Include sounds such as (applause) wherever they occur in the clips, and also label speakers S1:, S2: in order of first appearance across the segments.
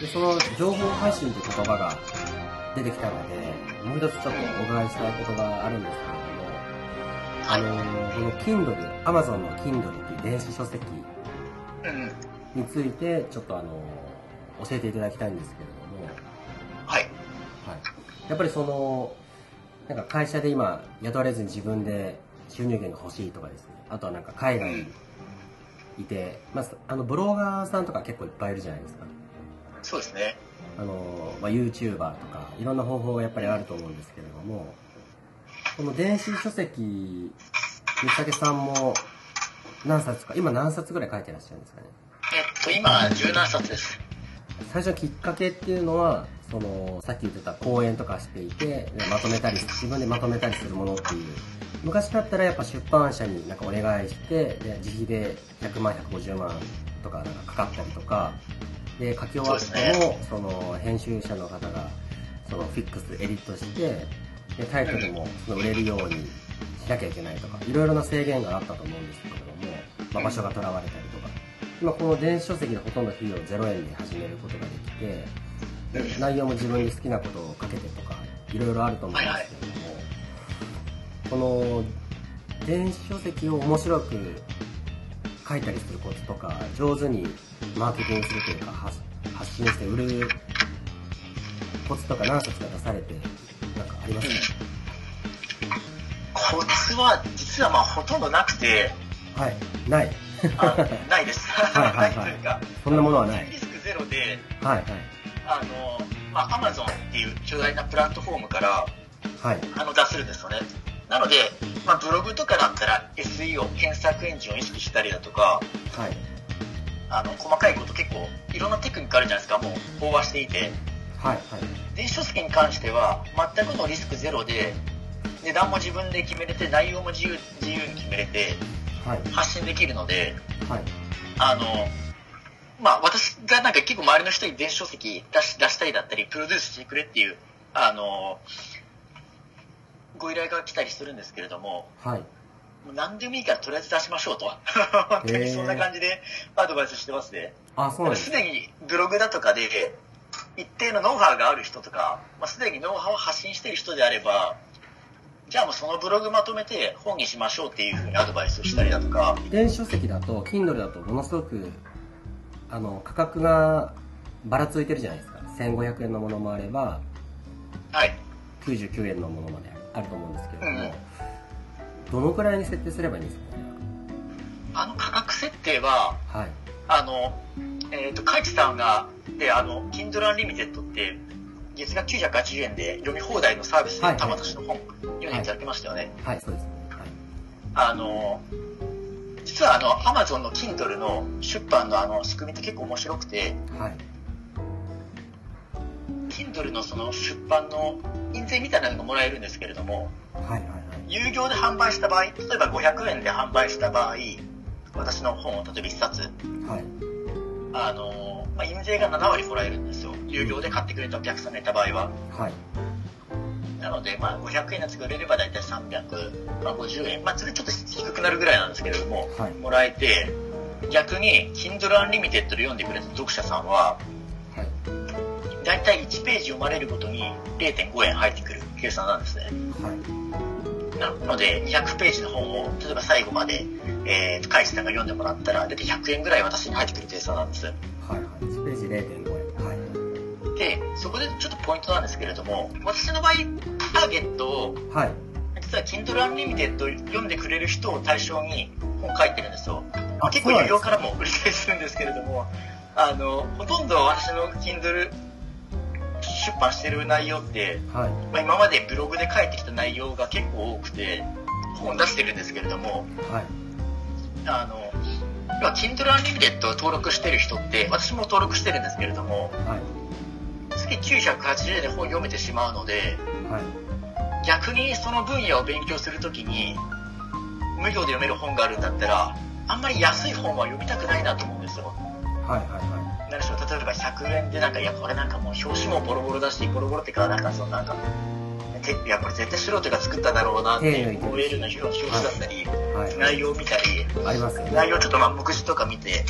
S1: でその情報配信という言葉が出てきたので、もう一つちょっとお伺いしたいことがあるんですけれども、あの、
S2: はい。
S1: この Kindle、Amazon の Kindle っていう電子書籍
S2: うん。
S1: について、ちょっとあの、教えていただきたいんですけれども、
S2: はい。
S1: はい、やっぱりそのなんか会社で今雇われずに自分で収入源が欲しいとかですねあとはなんか海外にいて、まあ、あのブロガーさんとか結構いっぱいいるじゃないですか
S2: そうですね。
S1: あの、まあ、YouTuber とかいろんな方法がやっぱりあると思うんですけれどもこの電子書籍吉武さんも何冊か今何冊ぐらい書いてらっしゃるんですかね
S2: えっと、今、17冊です。
S1: 最初のきっかけっていうのはそのさっき言ってた講演とかしていてでまとめたり自分でまとめたりするものっていう昔だったらやっぱ出版社になんかお願いしてで自費で100万150万とかなんかかかったりとかで書き終わってもその編集者の方がそのフィックスエディットしてでタイトルもその売れるようにしなきゃいけないとかいろいろな制限があったと思うんですけれども、まあ、場所がとらわれたりとか今この電子書籍でほとんど費用0円で始めることができてで内容も自分で好きなことをかけてとかいろいろあると思うんですけれども、この電子書籍を面白く書いたりするコツとか上手にマーケティングするというか発発信して売るコツとか何冊か出されてなんかありますか、
S2: コツは、実はまあ、ほとんどなくて、
S1: はいない
S2: あないです。
S1: はいはい
S2: な
S1: はい
S2: というか、
S1: そんなものはない
S2: リスクゼロで、
S1: はいはい
S2: あの、まあ、Amazon っていう巨大なプラットフォームから、
S1: はい
S2: あの出せるんですよね。なので、まあ、ブログとかだったら SEO、検索エンジンを意識したりだとか、
S1: はい
S2: あの、細かいこと結構、いろんなテクニックあるじゃないですか、もう、飽和していて。
S1: はいはい
S2: 電子書籍に関しては、全くのリスクゼロで、値段も自分で決めれて、内容も自由自由に決めれて、
S1: はい
S2: 発信できるので、
S1: はい
S2: あの、まあ、私がなんか結構周りの人に電子書籍出し出したりだったり、プロデュースしてくれっていう、あの、ご依頼が来たりするんですけれども、
S1: はい
S2: もう何でもいいからとりあえず出しましょうと。 (laughs) 本当にそんな感じでアドバイスしてますね。
S1: あそうなんです
S2: すでにブログだとかで一定のノウハウがある人とか、まあ、すでにノウハウを発信している人であれば、じゃあもうそのブログまとめて本にしましょうっていうふうにアドバイスをしたりだとか、
S1: 電子書籍だと Kindle だとものすごくあの価格がばらついてるじゃないですか1500円のものもあれば
S2: はい。
S1: 99円のものまであると思うんですけれども、
S2: うん
S1: どのくらいに設定すればいいんですかね
S2: あの価格設定は、
S1: はい
S2: あの、えっ、と、かいちさんが、で、あの、Kindle Unlimited って、月額980円で読み放題のサービス
S1: は
S2: で、
S1: い
S2: たまたしの本、読んでいただきましたよね。
S1: はいそうですねはい
S2: あの、実はあの、Amazon の Kindle の出版のあの、仕組みって結構面白くて、
S1: はい
S2: Kindle のその出版の印税みたいなのがもらえるんですけれども、
S1: はいはいはい
S2: 有料で販売した場合、例えば500円で販売した場合、私の本を例えば1冊、
S1: はい
S2: あの、まあ、印税が7割もらえるんですよ。有料で買ってくれたお客さんがいた場合は。
S1: はい
S2: なので、まあ、500円のやつが売れれば大体350、まあ、50円。まあ、それちょっと低くなるぐらいなんですけれども、
S1: はい
S2: もらえて、逆に、Kindle Unlimited で読んでくれた読者さんは、
S1: はい
S2: だいたい1ページ読まれるごとに0.5円入ってくる計算なんですね。
S1: はい
S2: なので、200ページの本を、例えば最後まで、えー、海地さんが読んでもらったら、だいたい100円ぐらい私に入ってくる計算なんです。
S1: はいはい1ページ0.5円はい
S2: で、そこでちょっとポイントなんですけれども、私の場合、ターゲットを、
S1: はい
S2: 実は Kindle Unlimited 読んでくれる人を対象に本書いてるんですよ。まあ、結
S1: そう
S2: 構
S1: なんで
S2: 有
S1: す
S2: 料からも売り返するんですけれども、あの、ほとんど私の Kindle 出版してる内容って、
S1: はい
S2: まあ、今までブログで書いてきた内容が結構多くて、本出してるんですけれども、
S1: はい
S2: あの、要は Kindle Unlimited を登録してる人って、私も登録してるんですけれども、
S1: はい
S2: 月980円で本読めてしまうので、
S1: はい
S2: 逆にその分野を勉強するときに無料で読める本があるんだったらあんまり安い本は読みたくないなと思うんですよ
S1: はいは
S2: 何でしょう例えば100円でなんかいやこれなんかもう表紙もボロボロだしボロボロってかなんかそのなんか手てやっぱり絶対素人が作っただろうなっていう OL の表紙だったり、
S1: はい
S2: 内容を見たり、
S1: ありますよね
S2: 内容ちょっとまあ目次とか見て、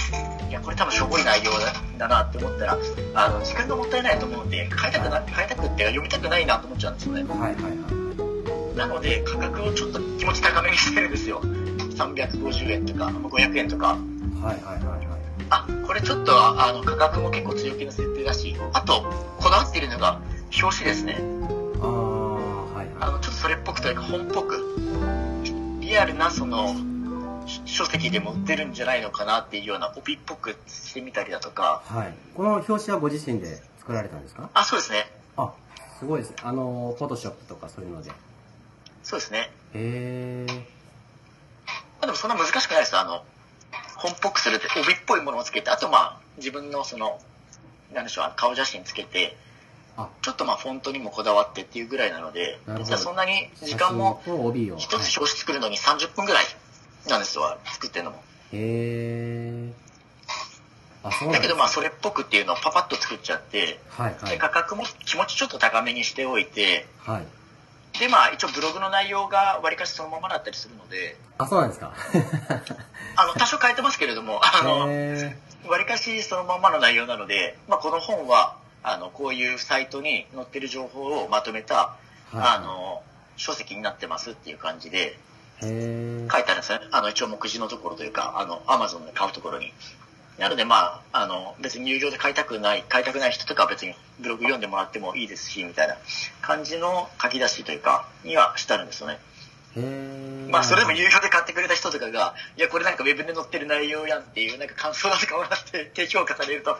S2: いや、これ多分しょぼい内容だだなって思ったら、あの、時間がもったいないと思うんで、買いたくな、買いたくっていうか読みたくないなと思っちゃうんですよね。
S1: はいはいは
S2: なので、価格をちょっと気持ち高めにしてるんですよ。350円とか、500円とか。
S1: いはいはいはいはい
S2: あ、これちょっと、ああの、価格も結構強気な設定だし、あと、こだわっているのが、表紙ですね。
S1: ああはい
S2: あ
S1: は
S2: の、ちょっとそれっぽくというか、本っぽく、リアルな、その、し書籍でも売ってるんじゃないのかなっていうような、帯っぽくしてみたりだとか、
S1: いはいこの表紙はご自身で作られたんですか
S2: あ、そうですね。
S1: あすごいですねあのフォトショップとかそういうのでへ
S2: そうですね。
S1: え
S2: まあ、でもそんな難しくないです。あの、本っぽくするって、帯っぽいものをつけて、あとまあ、自分のその、なんでしょう、あの顔写真つけて、
S1: あ
S2: ちょっとまあ、フォントにもこだわってっていうぐらいなので
S1: な、るほど
S2: 実はそんなに時間も、
S1: 写真と帯を
S2: 一つ表紙作るのに30分ぐらいなんですよ、作ってるのも。
S1: へえあそうな
S2: だ
S1: んで
S2: けど
S1: す
S2: まあ、それっぽくっていうのをパパッと作っちゃって、
S1: はいは
S2: で
S1: い
S2: 価格も気持ちちょっと高めにしておいて、
S1: はい
S2: でまあ、一応ブログの内容がわりかしそのままだったりするので、
S1: あそうなんです (laughs) か
S2: あの、多少変えてますけれども、あの、
S1: へ
S2: わりかしそのまんまの内容なので、まあ、この本はあのこういうサイトに載ってる情報をまとめた、
S1: ーはい
S2: あの書籍になってますっていう感じで
S1: へえ
S2: 書いてあるんですよねあの一応目次のところというかあのアマゾンで買うところになのでまああの別に有料で買いたくない買いたくない人とかは別にブログ読んでもらってもいいですしみたいな感じの書き出しというかにはしてあるんですよね
S1: へえ
S2: まあそれでも有料で買ってくれた人とかが、いやこれなんかウェブで載ってる内容やんっていうなんか感想だとかもらって (laughs) 低評価されるとっ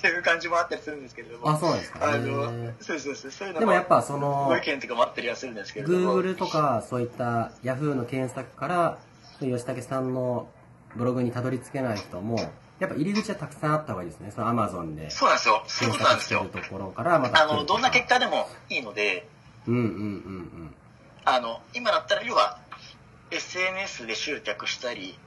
S2: ていう感じもあったりするんですけれども。
S1: あそうなんですか
S2: あ
S1: へ
S2: の
S1: ー、
S2: そうそうそう、そういうの
S1: でもやっぱその
S2: ご意見とかもあったりはするんですけれども。
S1: Google とかそういった Yahoo の検索から吉武さんのブログにたどり着けない人もやっぱ入り口はたくさんあった方がいいですねその Amazon で
S2: そうなんですよ。そうい
S1: 検
S2: うことなん
S1: 索
S2: です
S1: する
S2: よ。
S1: ところからまた
S2: あ
S1: 来る
S2: の、
S1: と
S2: ど
S1: か
S2: んな結果でもいいので、
S1: うんうんうん
S2: あの、今だったら要は SNS で集客したり、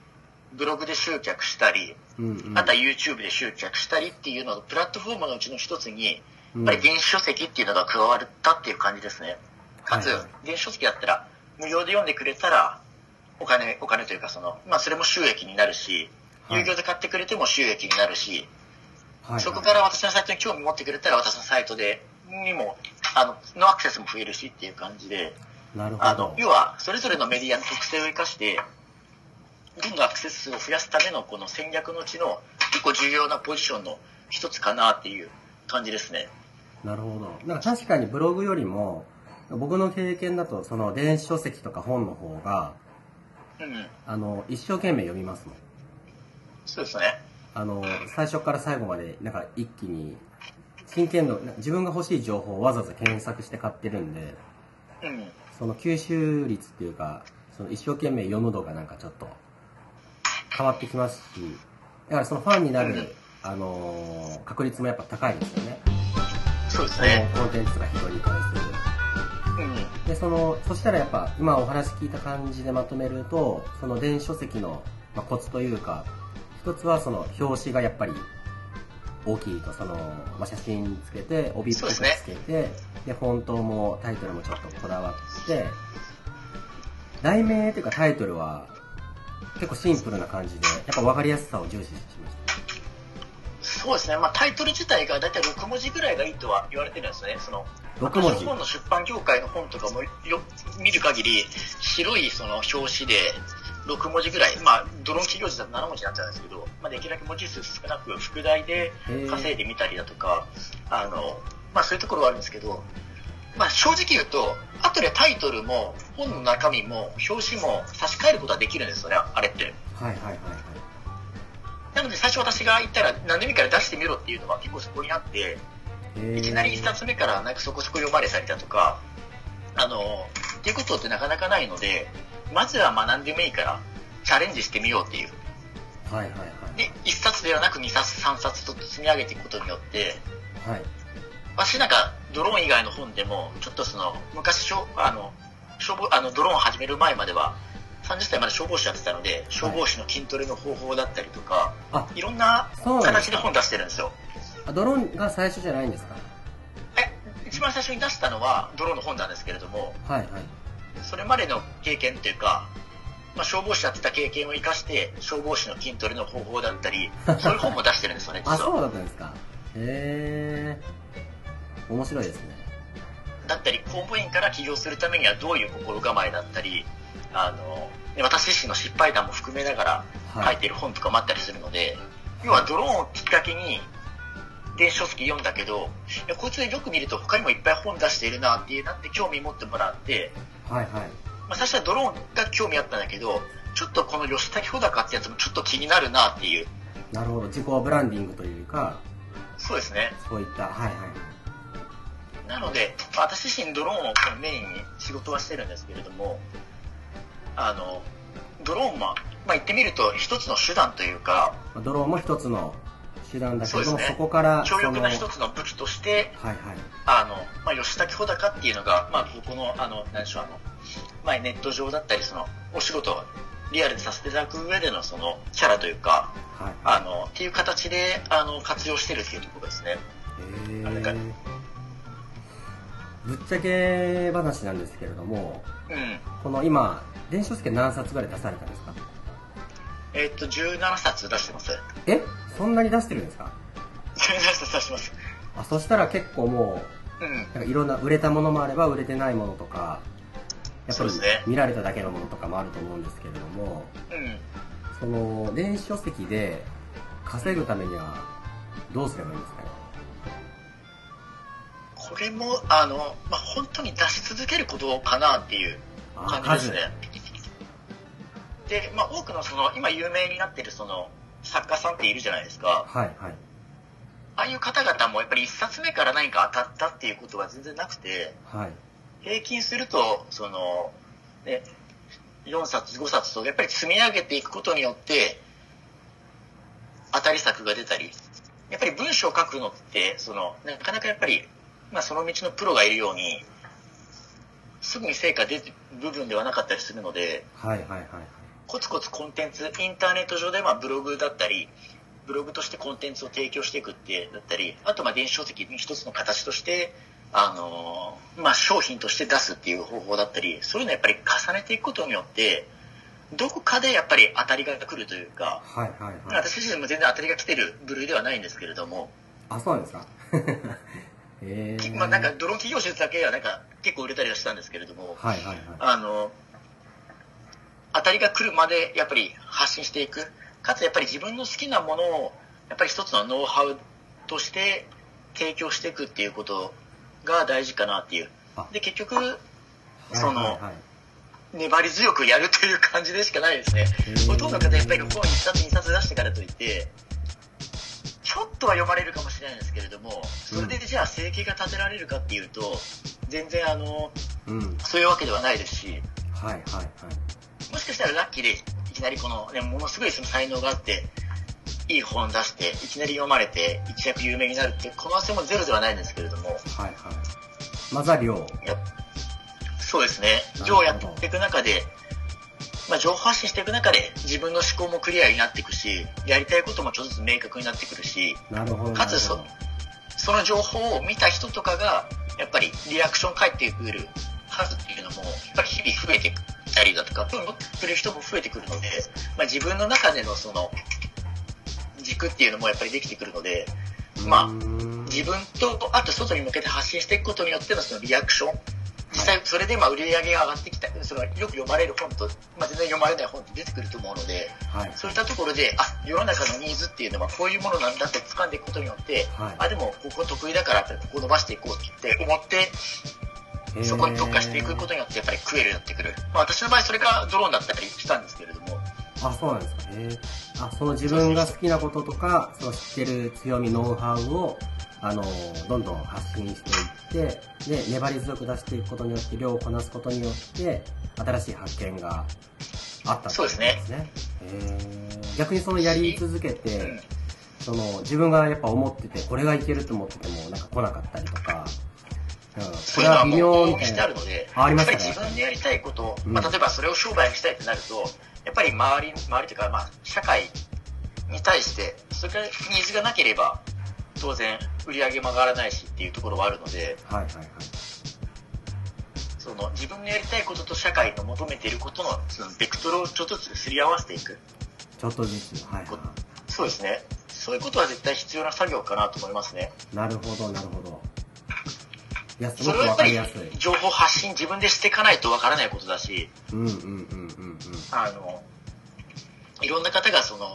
S2: ブログで集客したり、
S1: うんうんうん
S2: あとは YouTube で集客したりっていうののプラットフォームのうちの一つに、
S1: う
S2: やっ
S1: ん
S2: ぱり電子書籍っていうのが加わったっていう感じですね。かつ
S1: はいはい、
S2: 電子書籍だったら、無料で読んでくれたら、お金、お金というかその、まあそれも収益になるし、
S1: はい
S2: 有料で買ってくれても収益になるし、
S1: はいはい
S2: そこから私のサイトに興味持ってくれたら、私のサイトで、にも、あの、のアクセスも増えるしっていう感じで、
S1: なるほ
S2: あ
S1: ど
S2: の、要は、それぞれのメディアの特性を生かして、どんどんアクセス数を増やすためのこの戦略のうちの結構重要なポジションの一つかなっていう感じですね。
S1: なるほどなんか確かにブログよりも僕の経験だとその電子書籍とか本の方が
S2: うん。
S1: あの一生懸命読みますもん
S2: そうですね。
S1: あの最初から最後までなんか一気に真剣度な自分が欲しい情報をわざわざ検索して買ってるんで
S2: うん。
S1: その吸収率っていうかその一生懸命読む度がなんかちょっと変わってきますしだからそのファンにな
S2: うん
S1: る、あのー確率もやっぱ高いですよね
S2: そうです
S1: そ
S2: ね。
S1: のコンテンツが非常に対する
S2: うん。
S1: でそのそしたらやっぱ今お話聞いた感じでまとめるとその電子書籍の、まあ、コツというか一つはその表紙がやっぱり大きいとその、まあ、写真つけて帯っぽくつけてで,、フォントもタイトルもちょっとこだわって題名というかタイトルは結構シンプルな感じでやっぱ分かりやすさを重視しまし
S2: そうですね、まあ、タイトル自体が大体6文字ぐらいがいいとは言われてるんですよね、その
S1: た6文
S2: 図
S1: 字
S2: 書本の出版業界の本とかもよ見る限り、白いその表紙で6文字ぐらい、まあ、ドローン企業時だと7文字になっちゃうんですけど、まあ、できるだけ文字数少なく、副題で
S1: へー
S2: 稼いでみたりだとか、あのまあ、そういうところはあるんですけど、まあ、正直言うと、後でタイトルも本の中身も表紙も差し替えることはできるんですよね、あれって。
S1: はいはいはいはい
S2: なので最初私が言ったら何でもいいから出してみろっていうのは結構そこにあって、
S1: え
S2: いきなり一冊目からなんかそこそこ読まれたりだとか、あの、っていうことってなかなかないので、まずは学んでもいいからチャレンジしてみようっていう。
S1: はいはいは
S2: で、一冊ではなく二冊、三冊と積み上げていくことによって、
S1: いはい
S2: 私なんかドローン以外の本でも、ちょっとその、昔消、あの、消防、あの、ドローン始める前までは、30歳まで消防士やってたので、消防士の筋トレの方法だったりとか、
S1: あ
S2: いろんな
S1: そうなんで
S2: 形
S1: す
S2: で
S1: か
S2: 本出してるんですよ。
S1: あドローンが最初じゃないんですか
S2: え、違一番最初に出したのはドローの本なんですけれども
S1: はいはい
S2: それまでの経験というか、まあ、消防士やってた経験を生かして消防士の筋トレの方法だっ
S1: (laughs)
S2: たりそういう本も出してるんですよね
S1: あ
S2: 実は
S1: そうだったんですかへえ面白いですね
S2: だったり公務員から起業するためにはどういう心構えだったりあの私自身の失敗談も含めながら書
S1: はい
S2: いてる本とかもあったりするので、要はドローンをきっかけに電子書籍読んだけどいやこいつでよく見ると他にもいっぱい本出しているなっていうなって興味持ってもらって、
S1: はいはい
S2: まあ、最初はドローンが興味あったんだけどちょっとこの吉崎穂高ってやつもちょっと気になるなっていう
S1: なるほど自己ブランディングというか
S2: そうですね
S1: そういったはいはい
S2: なので、まあ私自身ドローンをメインに仕事はしてるんですけれども、あの、ドローンは、まあ、言ってみると一つの手段というか、
S1: まあドローンも一つの手段だけども
S2: そ
S1: そ,、
S2: うですね
S1: こから
S2: 強力な
S1: そ
S2: 一
S1: の
S2: つの武器として、
S1: はいはい
S2: あの、まあ、吉崎穂高っていうのが、まあ、ここの、あの、何でしょう、あの、まあ、ネット上だったり、その、お仕事をリアルでさせていただく上での、その、キャラというか、
S1: はい
S2: あの、っていう形で、あの、活用してるっていうところですね。
S1: へ
S2: あれか
S1: ーぶっちゃけ話なんですけれども
S2: うん。
S1: この今電子書籍何冊ぐらい出されたんですか
S2: えっと、17冊出してます。
S1: えそんなに出してるんですか
S2: 17冊出してます。
S1: あそしたら結構も
S2: うん。
S1: うなんかいろんな売れたものもあれば売れてないものとかやっぱ
S2: そう
S1: り
S2: ですね
S1: 見られただけのものとかもあると思うんですけれども
S2: うん。
S1: その電子書籍で稼ぐためにはどうすればいいんですかね
S2: これも、あの、まあ、本当に出し続けることかなっていう
S1: あ
S2: 感じですね。で、まあ、多くのその、今有名になってるその、作家さんっているじゃないですか。
S1: はいはい
S2: ああいう方々もやっぱり一冊目から何か当たったっていうことは全然なくて、
S1: はい
S2: 平均すると、その、ね、4冊、5冊と、やっぱり積み上げていくことによって、当たり作が出たり、やっぱり文章を書くのって、その、なかなかやっぱり、まあその道のプロがいるように、すぐに成果出る部分ではなかったりするので、
S1: はいはいはいはい
S2: コツコツコンテンツ、インターネット上でまあブログだったり、ブログとしてコンテンツを提供していくって、だったり、あとまあ電子書籍に一つの形として、あのーまあ商品として出すっていう方法だったり、そういうのをやっぱり重ねていくことによって、どこかでやっぱり当たりが来るというか、
S1: はいはい
S2: (laughs)
S1: はい
S2: 私自身も全然当たりが来てる部類ではないんですけれども、
S1: あそうなんですか (laughs) えー、
S2: まあなんかドローン企業術だけはなんか結構売れたりはしたんですけれども、
S1: はいはいはい
S2: あの、当たりが来るまでやっぱり発信していく。かつやっぱり自分の好きなものを、やっぱり一つのノウハウとして提供していくっていうことが大事かなっていう
S1: あ。
S2: で、結局、
S1: は
S2: そ
S1: い
S2: の
S1: はいはい
S2: 粘り強くやるという感じでしかないですね。
S1: へー
S2: ほとんどの方やっぱり本1冊2冊出してからといって、ちょっとは読まれるかもしれないんですけれども、それでじゃあ生計が立てられるかっていうと、全然あの、
S1: うんはい
S2: そういうわけではないですし、
S1: はいはい
S2: もしかしたらラッキーで、いきなりこの、ね、ものすごいその才能があって、いい本出して、いきなり読まれて、一躍有名になるって、この汗もゼロではないんですけれども、
S1: はいはい混ざりを
S2: やそうですね
S1: なるほど、
S2: 上をやっていく中で、まあ、情報発信していく中で、自分の思考もクリアになっていくし、やりたいこともちょっとずつ明確になってくるし、
S1: なるほど
S2: かつそ
S1: なる
S2: その情報を見た人とかが、やっぱりリアクション返ってくる数っていうのも、やっぱり日々増えてきたりだとか、興味持ってくれる人も増えてくるので、まあ、自分の中でのその、軸っていうのもやっぱりできてくるので、
S1: ほど
S2: まあ
S1: うーん
S2: 自分と、あと外に向けて発信していくことによってのそのリアクション、実際それでまあ売り上げが上がってきたり、それはよく読まれる本と、まあ、全然読まれない本って出てくると思うので、
S1: はい
S2: そういったところで、あ、世の中のニーズっていうのはこういうものなんだって掴んでいくことによって、
S1: はい
S2: あ、でもここ得意だからやっぱりここ伸ばしていこうって思って、
S1: へー
S2: そこに特化していくことによってやっぱり食えるようになってくる。まあ私の場合それがドローンだったりしたんですけれども、
S1: あそうなんですかへーあその自分が好きなこととかその知ってる強みノウハウをあのどんどん発信していってで粘り強く出していくことによって量をこなすことによって新しい発見があった
S2: そうですね
S1: ということですねへー逆にそのやり続け
S2: う
S1: て
S2: ん、
S1: その自分がやっぱ思っててこれがいけると思っててもなんか来なかったりとか、うん、こ
S2: そうい
S1: れ
S2: うの
S1: は
S2: は
S1: 微
S2: もう
S1: 妙み
S2: 往々に
S1: たい
S2: して
S1: な
S2: あるので、
S1: あありま
S2: や
S1: し
S2: ったぱ
S1: ね
S2: り自分でやりたいこと、
S1: うん
S2: まあ、例えばそれを商売にしたいってなると、やっぱり周り、周りというか、まあ、社会に対して、それからニーズがなければ、当然売り上げも上がらないしっていうところはあるので
S1: はいはいはい。
S2: その自分のやりたいことと社会の求めていることのそのベクトルをちょっとずつすり合わせていく
S1: ちょっとずつ。はいは
S2: そうですねそういうことは絶対必要な作業かなと思いますね
S1: い。なるほど、なるほど。いや、す
S2: そ
S1: ごく
S2: れはや
S1: わ
S2: っ
S1: か
S2: ぱり
S1: りやすい。
S2: 情報発信自分でしていかないとわからないことだし
S1: うんうんうんうん
S2: あのいろんな方がその、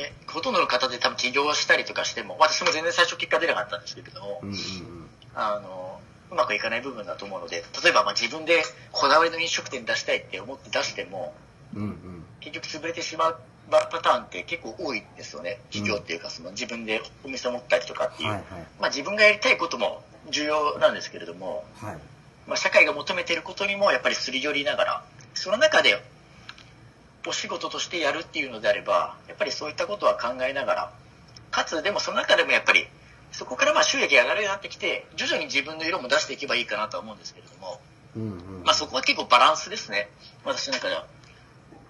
S2: ね、ほとんどの方で多分起業したりとかしても私も全然最初結果出なかったんですけれども
S1: うん。うんうんうん。
S2: あのうまくいかない部分だと思うので例えばまあ自分でこだわりの飲食店出したいって思って出しても
S1: うんうん。
S2: 結局潰れてしまうパターンって結構多いんですよね企業っていうかその自分でお店を持ったりとかっていう、
S1: はいはい。
S2: まあ、自分がやりたいことも重要なんですけれども、
S1: はい。
S2: まあ、社会が求めていることにもやっぱりすり寄りながらその中でお仕事としてやるっていうのであればやっぱりそういったことは考えながらかつでもその中でもやっぱりそこからまあ収益が上がるようになってきて徐々に自分の色も出していけばいいかなとは思うんですけれども、
S1: うんうん。
S2: まあ、そこは結構バランスですね私の中では、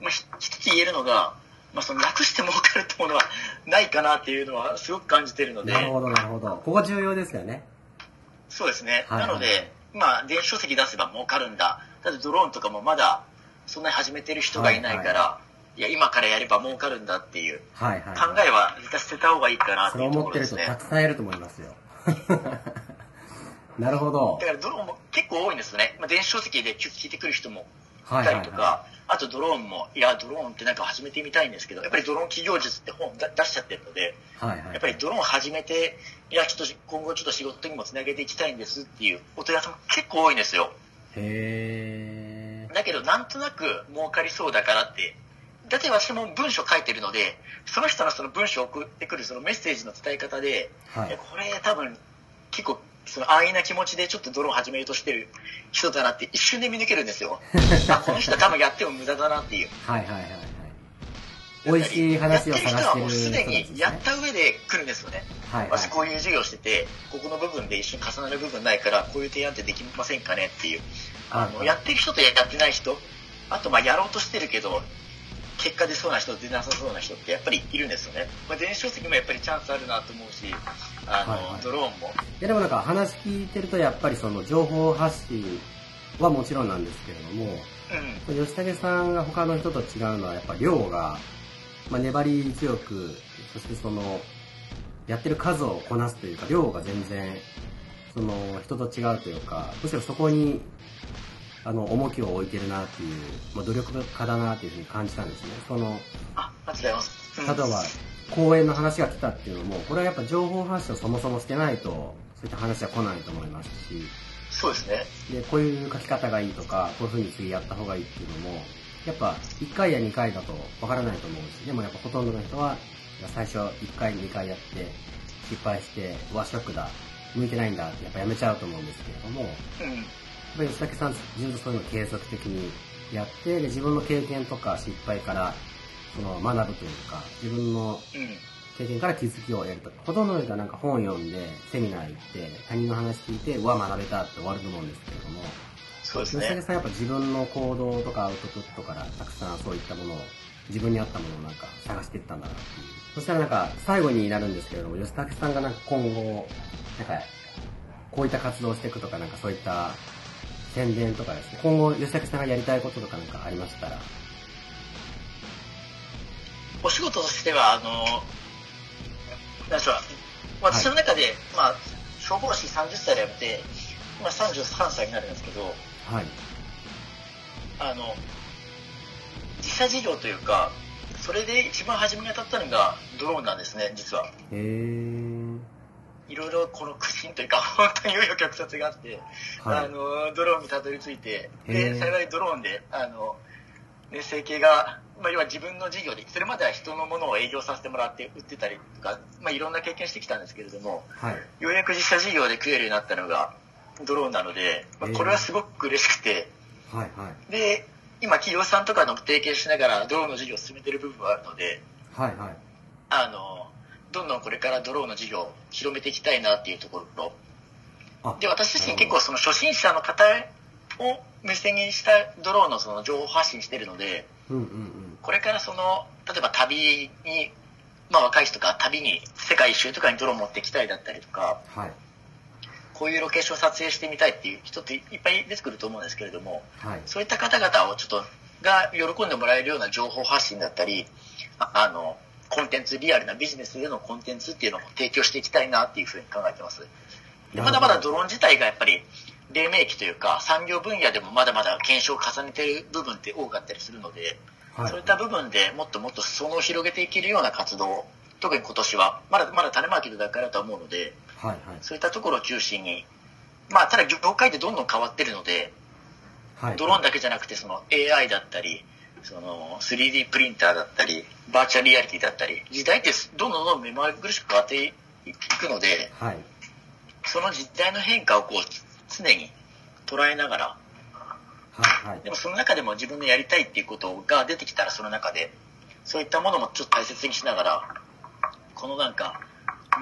S2: まあ、ひ一つ言えるのが、まあ、そのなくして儲かるってものはないかなっていうのはすごく感じてるので
S1: なるほど、なるほど。ここ重要ですよね。
S2: そうですね、
S1: はいはい
S2: なので、まあ、電子書籍出せば儲かるんだ、だってドローンとかもまだそんなに始めてる人がいないから、いや、今からやれば儲かるんだっていう
S1: はいはい、
S2: 考
S1: はい。
S2: えは絶対捨てた方がいいかなっ
S1: それ
S2: てい
S1: を
S2: うと
S1: 持
S2: こ
S1: っ
S2: ろ
S1: て
S2: で
S1: る
S2: す
S1: 人
S2: ね。
S1: たくさんいると思いますよ。 (laughs) なるほど
S2: だ。からドローンも結構多いんですよね、まあ、電子書籍で聞いてくる人も
S1: はいい
S2: た
S1: はい
S2: り
S1: はい
S2: とか、。あとドローンも、いや、ドローンってなんか始めてみたいんですけど、やっぱりドローン企業術って本だ出しちゃってるので、
S1: はいはい。
S2: やっぱりドローン始めて、いや、ちょっと今後ちょっと仕事にもつなげていきたいんですっていうお問い合わせも結構多いんですよ。
S1: へ
S2: だけどなんとなく儲かりそうだからってだって私も文章書いてるのでその人のその文章を送ってくるそのメッセージの伝え方で、
S1: ー。はい
S2: や
S1: い。
S2: これ多分結構その安易な気持ちでちょっとドローン始めようとしてる人だなって一瞬で見抜けるんですよあこの人多分やっても無駄だなっていう
S1: はいはいはいはい。美味しい話を探
S2: やってる人はもう
S1: し
S2: す
S1: てる人たち
S2: で
S1: です
S2: に
S1: ね。
S2: やった上で来るんですよね
S1: はいはい
S2: 私こういう授業しててここの部分で一瞬重なる部分ないからこういう提案ってできませんかねっていうあのやってる人とやってない人あとまあやろうとしてるけど結果出そうな人出なさそうな人ってやっぱりいるんですよね、まあ、電子書籍もやっぱりチャンスあるなと思うしあの、
S1: はいはい
S2: ドローンも
S1: いやでもなんか話聞いてるとやっぱりその情報発信はもちろんなんですけれども、
S2: う
S1: 吉武さんが他の人と違うのはやっぱ量が、まあ、粘り強く、そしてその、やってる数をこなすというか、量が全然、その人と違うというか、むしろそこに、あの、重きを置いてるなっていう、まあ、努力家だなっていうふうに感じたんですね。その、
S2: んあありがとうございます、うん
S1: 例えば公演の話が来たっていうのもこれはやっぱ情報発信をそもそもしてないとそういった話は来ないと思いますし
S2: そうですね
S1: でこういう書き方がいいとかこういうふうに次やった方がいいっていうのもやっぱ1回や2回だとわからないと思うしでもやっぱほとんどの人は最初1回2回やって失敗してうわショックだ向いてないんだってやっぱやめちゃうと思うんですけれども
S2: うん
S1: やっぱり吉武さんずっとそういうのを継続的にやってで自分の経験とか失敗からその学ぶというか自分の
S2: うん
S1: 経験から気づきを得るとか、ほとんどの人はなんか本読んで、セミナー行って、他人の話聞いて、うわ、学べたって終わると思うんですけれども、
S2: そうです
S1: 吉武
S2: ね
S1: さんやっぱ自分の行動とかアウトプットからたくさんそういったものを、自分に合ったものをなんか探していったんだなっていう。そしたらなんか最後になるんですけれども、吉武さんがなんか今後、なんか、こういった活動をしていくとか、なんかそういった宣伝とかですね、今後吉武さんがやりたいこととかなんかありましたら、
S2: お仕事としてはあの何でしょう私の中で、まあ消防士30歳で辞めて今33歳になるんですけど、
S1: はい。
S2: あの自社事業というかそれで一番初めに当たったのがドローンなんですね実は
S1: へー。
S2: いろいろこの苦心というか本当に紆余曲折があって、
S1: は
S2: あ
S1: い。
S2: のドローンにたどり着いて
S1: へ
S2: で
S1: ー
S2: 幸いドローンであの、ね、生計が、まあ、要は自分の事業でそれまでは人のものを営業させてもらって売ってたりとか、まあ、いろんな経験してきたんですけれども
S1: はい。
S2: ようやく自社事業で食えるようになったのがドローンなので、まあこれはすごく嬉しくて。
S1: はい。はい。
S2: で今企業さんとかの提携しながらドローンの事業を進めてる部分はあるので
S1: はい。はい。
S2: あのどんどんこれからドローンの事業を広めていきたいなっていうところ
S1: あ
S2: で私自身結構その初心者の方を目線にしたドローンのその情報発信してるので
S1: うんうんうん。
S2: これからその例えば旅にまあ、若い人が旅に世界一周とかにドローン持ってきたいだったりとか
S1: はい。
S2: こういうロケーション撮影してみたいっていう人っていっぱい出てくると思うんですけれども
S1: はい。
S2: そういった方々をちょっとが喜んでもらえるような情報発信だったりああのコンテンツリアルなビジネスでのコンテンツっていうのも提供していきたいなっていうふうに考えてますでまだまだドローン自体がやっぱり黎明期というか産業分野でもまだまだ検証を重ねてる部分って多かったりするので、
S1: はい。
S2: そういった部分でもっともっと裾野を広げていけるような活動を特に今年はまだまだ種まきの段階だとは思うので
S1: はい。はい。
S2: そういったところを中心にまあただ業界ってどんどん変わってるので
S1: はい。
S2: ドローンだけじゃなくてその AI だったりその 3D プリンターだったりバーチャルリアリティだったり時代ってどんどんどんどん目まぐるしく変わっていくので
S1: はい。
S2: その時代の変化をこう常に捉えながら
S1: はい。はい
S2: で。もその中でも自分のやりたいっていうことが出てきたらその中でそういったものもちょっと大切にしながらこのなんか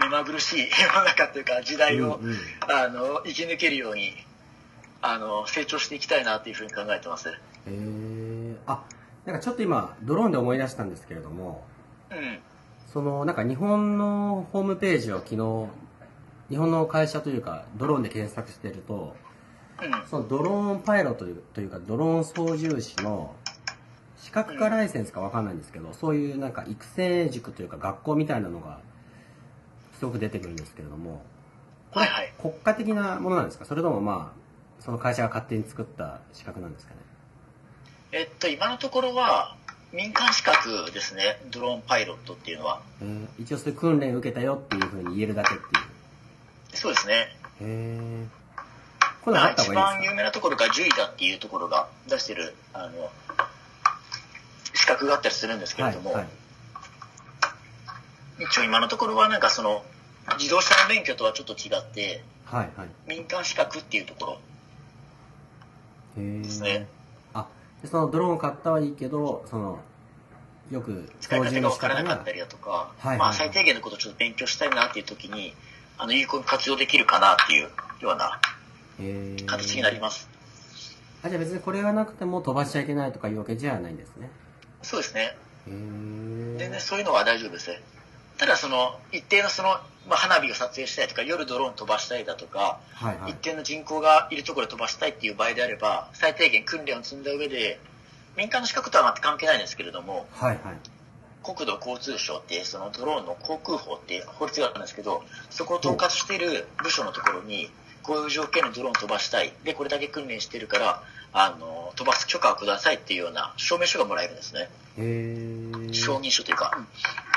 S2: 目まぐるしい世の中というか時代を、
S1: うんうん
S2: あの生き抜けるようにあの成長していきたいなというふうに考えてます。
S1: えー、あ、なんかちょっと今、ドローンで思い出したんですけれども、
S2: うん
S1: その、なんか日本のホームページを昨日、日本の会社というか、ドローンで検索してると、
S2: うん
S1: そのドローンパイロットというというか、ドローン操縦士の資格かライセンスかわかんないんですけど、そういうなんか育成塾というか学校みたいなのがすごく出てくるんですけれども、
S2: はいはい
S1: 国家的なものなんですかそれともまあ、その会社が勝手に作った資格なんですかね
S2: えっと今のところは民間資格ですねドローンパイロットっていうのは
S1: えー一応そういう訓練受けたよっていうふうに言えるだけって
S2: そうですね
S1: いう。へえ。これあった
S2: 一
S1: 方がい
S2: 番
S1: いです
S2: 有名なところが獣医だっていうところが出してるあの資格があったりするんですけ
S1: か
S2: れども、
S1: はい、はい。
S2: 一応今のところはなんかその自動車の免許とはちょっと違って
S1: はい、はい。
S2: 民間資格っていうところ
S1: へ
S2: です
S1: え
S2: ね。
S1: あ、でそのドローン買ったはいいけど、その、よく
S2: 使い方が
S1: の
S2: 分
S1: 仕
S2: か
S1: 方
S2: らなかったりだとか、
S1: はいはいはい
S2: まあ、最低限のことをちょっと勉強したいなっていう時にあの有効に活用できるかなっていうような
S1: へー
S2: 形になります、
S1: あ、じゃあ別にこれがなくても飛ばしちゃいけないとかいうわけじゃないんですね。
S2: そうですね
S1: へ
S2: 全然
S1: え。
S2: そういうのは大丈夫ですねただその一定のその、まあ、花火を撮影したいとか夜ドローン飛ばしたいだとか
S1: はいは
S2: 一
S1: い。
S2: 定の人口がいるところで飛ばしたいっていう場合であれば最低限訓練を積んだ上で民間の資格とは全く関係ないんですけれども
S1: はいはい。
S2: 国土交通省ってそのドローンの航空法っていう法律があるんですけどそこを統括している部署のところにこういう条件でドローン飛ばしたいでこれだけ訓練してるからあの飛ばす許可をくださいっていうような証明書がもらえるんですね
S1: へえ。
S2: 承認書というか、うん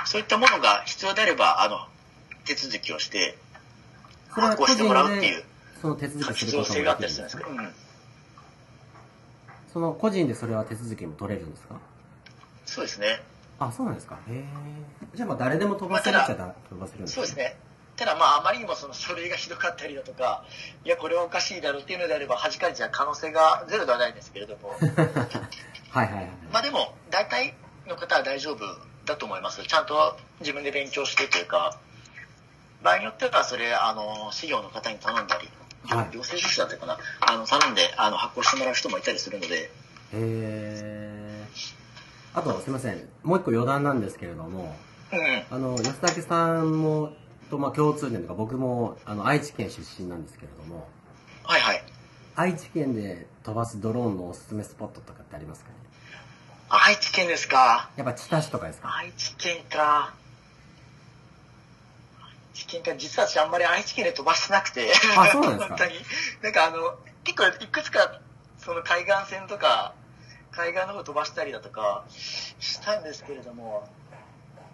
S2: そういったものが必要であればあの手続きをして
S1: それは
S2: 発行
S1: 個
S2: してもらうっ
S1: 人
S2: ていう
S1: で、その手続きするこ
S2: 必要
S1: とも
S2: 性
S1: で
S2: があっ
S1: き
S2: た
S1: る
S2: り
S1: ん
S2: するん
S1: で
S2: ですすけ
S1: か
S2: ど、うん
S1: その個人でそれは手続きも取れるんですか
S2: そうですね
S1: あ、そうなんですか。へえ。じゃあまあ誰でも飛ばせるっちゃだ飛ばせるんです
S2: そうです。ね。ただまあ、あまりにもその書類がひどかったりだとか、いや、これはおかしいだろうっていうのであれば、弾かれちゃう可能性がゼロではないんですけれども、
S1: はいはいはい。
S2: まあでも、大体の方は大丈夫だと思います。ちゃんと自分で勉強してというか、場合によってはそれ、あの、資料の方に頼んだり、
S1: はい
S2: 行政書士だったかな、あの、頼んで、あの、発行してもらう人もいたりするので、
S1: へえ。あと、すいません。もう一個余談なんですけれども、
S2: うん、
S1: あの、安武さんも、と、まあ、共通点とか、僕も、あの、愛知県出身なんですけれども、
S2: はいはい。
S1: 愛知県で飛ばすドローンのおすすめスポットとかってありますかね
S2: 愛知県ですか。
S1: やっぱ、知多市とかですか
S2: 愛知県か。愛知県か、実は私あんまり愛知県で飛ばしてなくて。
S1: あそうなんですか
S2: (laughs) 本当に。なんかあの、結構いくつか、その海岸線とか、海岸の方飛ばしたりだとかしたんですけれども、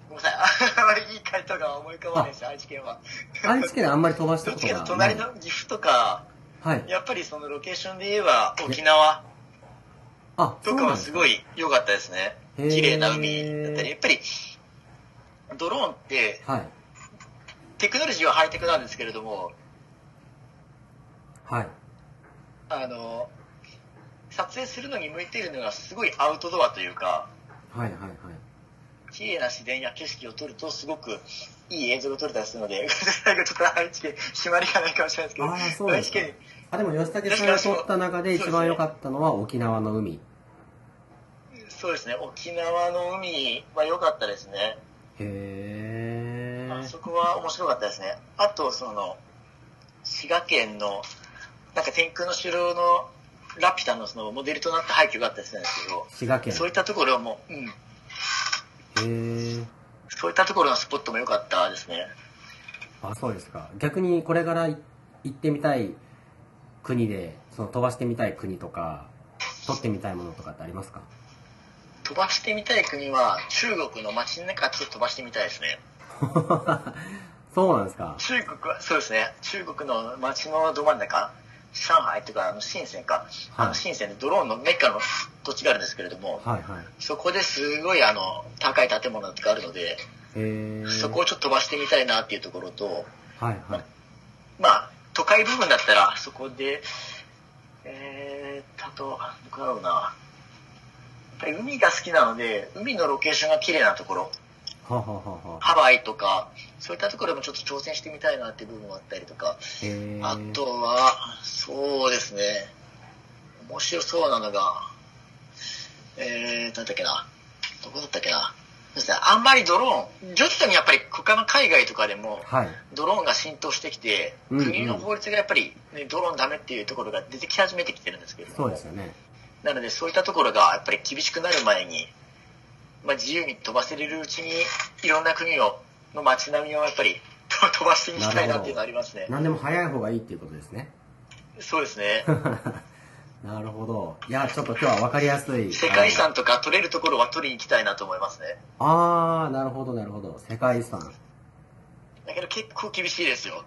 S2: ごめんなさい、あんまりい (laughs) い回答が思い浮かばないです、愛知県は。
S1: 愛知県であんまり飛ばし
S2: ど
S1: たこ
S2: っち
S1: と
S2: かとい
S1: が
S2: うと
S1: な
S2: 隣
S1: い。
S2: の岐阜とか、
S1: はい。
S2: やっぱりそのロケーションで言えば沖縄
S1: あ、そ
S2: と
S1: う
S2: か
S1: なん
S2: は
S1: です
S2: す
S1: か
S2: ごい良かったですね。
S1: へー
S2: 綺麗な海だったり、やっぱりドローンって
S1: はい。
S2: テクノロジーはハイテクなんですけれども、
S1: はい。
S2: あの、撮影するのに向いているのがすごいアウトドアというか、
S1: はい、はい、はい。
S2: 綺麗な自然や景色を撮るとすごくいい映像が撮れたりするので、 (laughs) 最後ちょっと愛知県、締まりがないかもしれない
S1: ああ
S2: で
S1: ー、
S2: すけ
S1: そう
S2: ど、
S1: なんで
S2: 愛
S1: す
S2: 知
S1: か
S2: 県、。
S1: あ、でも、吉武さんが撮った中で一番良かったのは沖縄の海。
S2: そうですね、沖縄の海は良かったですね。
S1: へ
S2: あそこは面白かったですね。あと、その、滋賀県の、なんか天空の城のラピュタのそのモデルとなった廃墟があったりするんですけど、
S1: 滋賀県。
S2: そういったところはもう、うん、
S1: へー
S2: そういったところのスポットも良かったですね。
S1: あ、そうですか。逆にこれからい行ってみたい国で、その飛ばしてみたい国とか、撮ってみたいものとかってありますか (laughs)
S2: 飛ばしてみたい国は中国の街の中ちょっと飛ばしてみたいですね。
S1: そうなんですか。
S2: 中国は、そうですね、中国の街のど真ん中、上海とか、あの、深センか、
S1: はい
S2: あの、深センでドローンのメッカの土地があるんですけれども、
S1: はいはい。
S2: そこですごい、あの、高い建物とかあるので、
S1: へー
S2: そこをちょっと飛ばしてみたいなっていうところと、
S1: はいはい。
S2: まあ、都会部分だったら、そこで、えー、あと、どこだろうな、やっぱり海が好きなので、海のロケーションが綺麗なところ、
S1: はははは。
S2: ハワイとか、そういったところもちょっと挑戦してみたいなっていう部分もあったりとか、
S1: へー
S2: あとは、そうですね、面白そうなのが、えー、なんだっけな、どこだったっけな、そうですね、あんまりドローン、徐々にやっぱり他の海外とかでも、
S1: はい。
S2: ドローンが浸透してきて、
S1: うんうん
S2: 国の法律がやっぱり、ね、ドローンダメっていうところが出てき始めてきてるんですけれども、
S1: そうですよね。
S2: なのでそういったところがやっぱり厳しくなる前に、まあ、自由に飛ばせれるうちに、いろんな国をの街並みをやっぱり (laughs) と飛ばしていきたいなっていうのはありますね。
S1: 何でも早い方がいいっていうことですね。 (laughs)
S2: そうですね。
S1: なるほど。いや、ちょっと今日は分かりやすい。
S2: 世界遺産とか取れるところは取りに行きたいなと思いますね。
S1: あー、なるほど、なるほど。世界遺産。
S2: だけど結構厳しいですよ。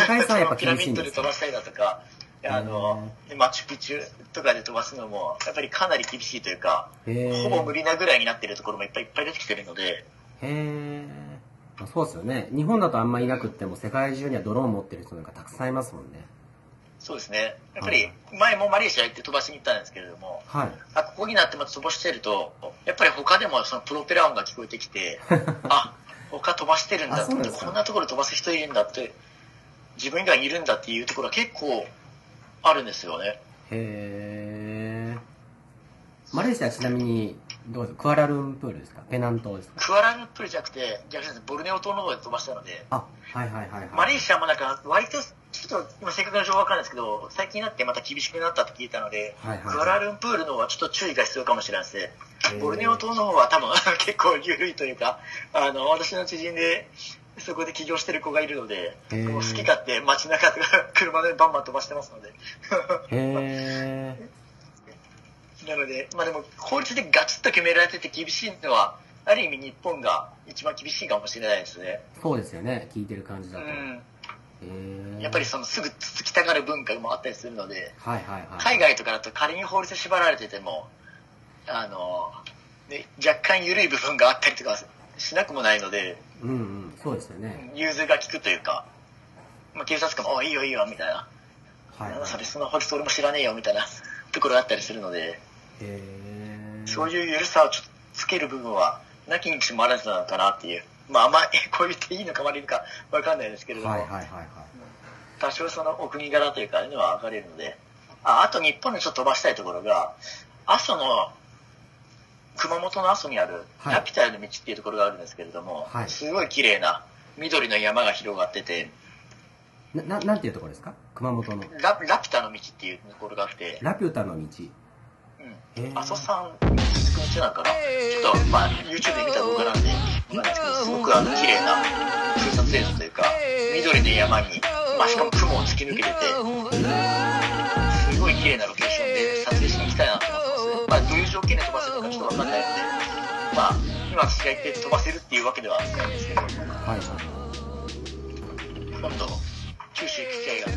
S1: 世界遺産はやっぱ
S2: ピラ
S1: 厳
S2: ミ
S1: しいん
S2: ッド
S1: で
S2: です飛
S1: か
S2: ばしたりだとか、あの、マチュピチュとかで飛ばすのも、やっぱりかなり厳しいというか、
S1: へー
S2: ほぼ無理なぐらいになってるところもいっぱいいっぱい出てきてるので、
S1: へー。そうですよね。日本だとあんまいなくっても、世界中にはドローン持ってる人なんかたくさんいますもんね。
S2: そうですね。やっぱ
S1: う
S2: り前もマレーシア行って飛ばしに行ったんですけれども、
S1: はい。
S2: あここになってまた飛ばしてると、やっぱり他でもそのプロペラ音が聞こえて
S1: (laughs)
S2: きて、あ他飛ばしてるんだ
S1: あそうなんで
S2: と、
S1: すか
S2: こんなところ飛ばす人いるんだって、自分以外にいるんだっていうところは結構あるんですよね。
S1: へー。マレーシアちなみに、どうですかクアラルンプールですかペナン島ですか
S2: クアラルンプールじゃなくて、逆にボルネオ島の方で飛ばしたので、
S1: あ、はいはいはいはい。
S2: マレーシアもなんか、割と、ちょっと、今正確な情報わかんないですけど、最近になってまた厳しくなったって聞いたので、
S1: はいはいはい
S2: クアラルンプールの方はちょっと注意が必要かもしれないですね
S1: へー。
S2: ボルネオ島の方は多分 (laughs) 結構緩いというか、あの、私の知人で、そこで起業してる子がいるので、
S1: へー
S2: もう好き勝手街中とか車でバンバン飛ばしてますので。 (laughs)
S1: へー。
S2: なので、まあでも法律でガチッと決められてて厳しいのは、ある意味日本が一番厳しいかもしれないですね。
S1: そうですよね。聞いてる感じ
S2: う
S1: だと。へ
S2: ん。
S1: ー。
S2: やっぱりそのすぐつつきたがる文化もあったりするので、
S1: はいはいはい。
S2: 海外とかだと仮に法律で縛られてても、あの、ね、若干緩い部分があったりとかしなくもないので、
S1: うんうん、そうですよね。
S2: 融通が利くというか、まあ、警察官も、あいいよいいよ、みたいな。
S1: はい、はい。
S2: それ、その法律俺も知らねえよ、みたいな (laughs) ところがあったりするので、
S1: へー。
S2: そういう緩さをちょっとつける部分は、なきにしもあらずなのかなっていう。まあ、あんまり、 (laughs) こう言っていいのか悪いのかわかんないですけれども、
S1: はいはいはいはい。
S2: 多少そのお国柄というか、いうのは上がれるので、ああと日本でちょっと飛ばしたいところが、阿蘇の、熊本の阿蘇にある、
S1: はい
S2: ラピュタへの道っていうところがあるんですけれども、
S1: はい
S2: すごい綺麗な緑の山が広がってて、
S1: な、ななんていうところですか熊本の。
S2: ララピュタの道っていうところがあって、
S1: ラピュタの道。
S2: う
S1: へ
S2: ん
S1: ー
S2: 阿蘇山の宿道なんかな、ちょっと、まあ、YouTube で見た動画なんで、わかんないですけど、すごくあの綺麗な空撮映像というか、緑の山に、まあ、しかも雲を突き抜けてて、すごい綺麗なロケーションで撮影しに行きたいなと思ってますね。まあ、どういう条件で飛ばせるのかちょっとわかんないので、まあ、今私が言って飛ばせるっていうわけではないんですけど、
S1: はいはい。
S2: 今度、九州行く機会が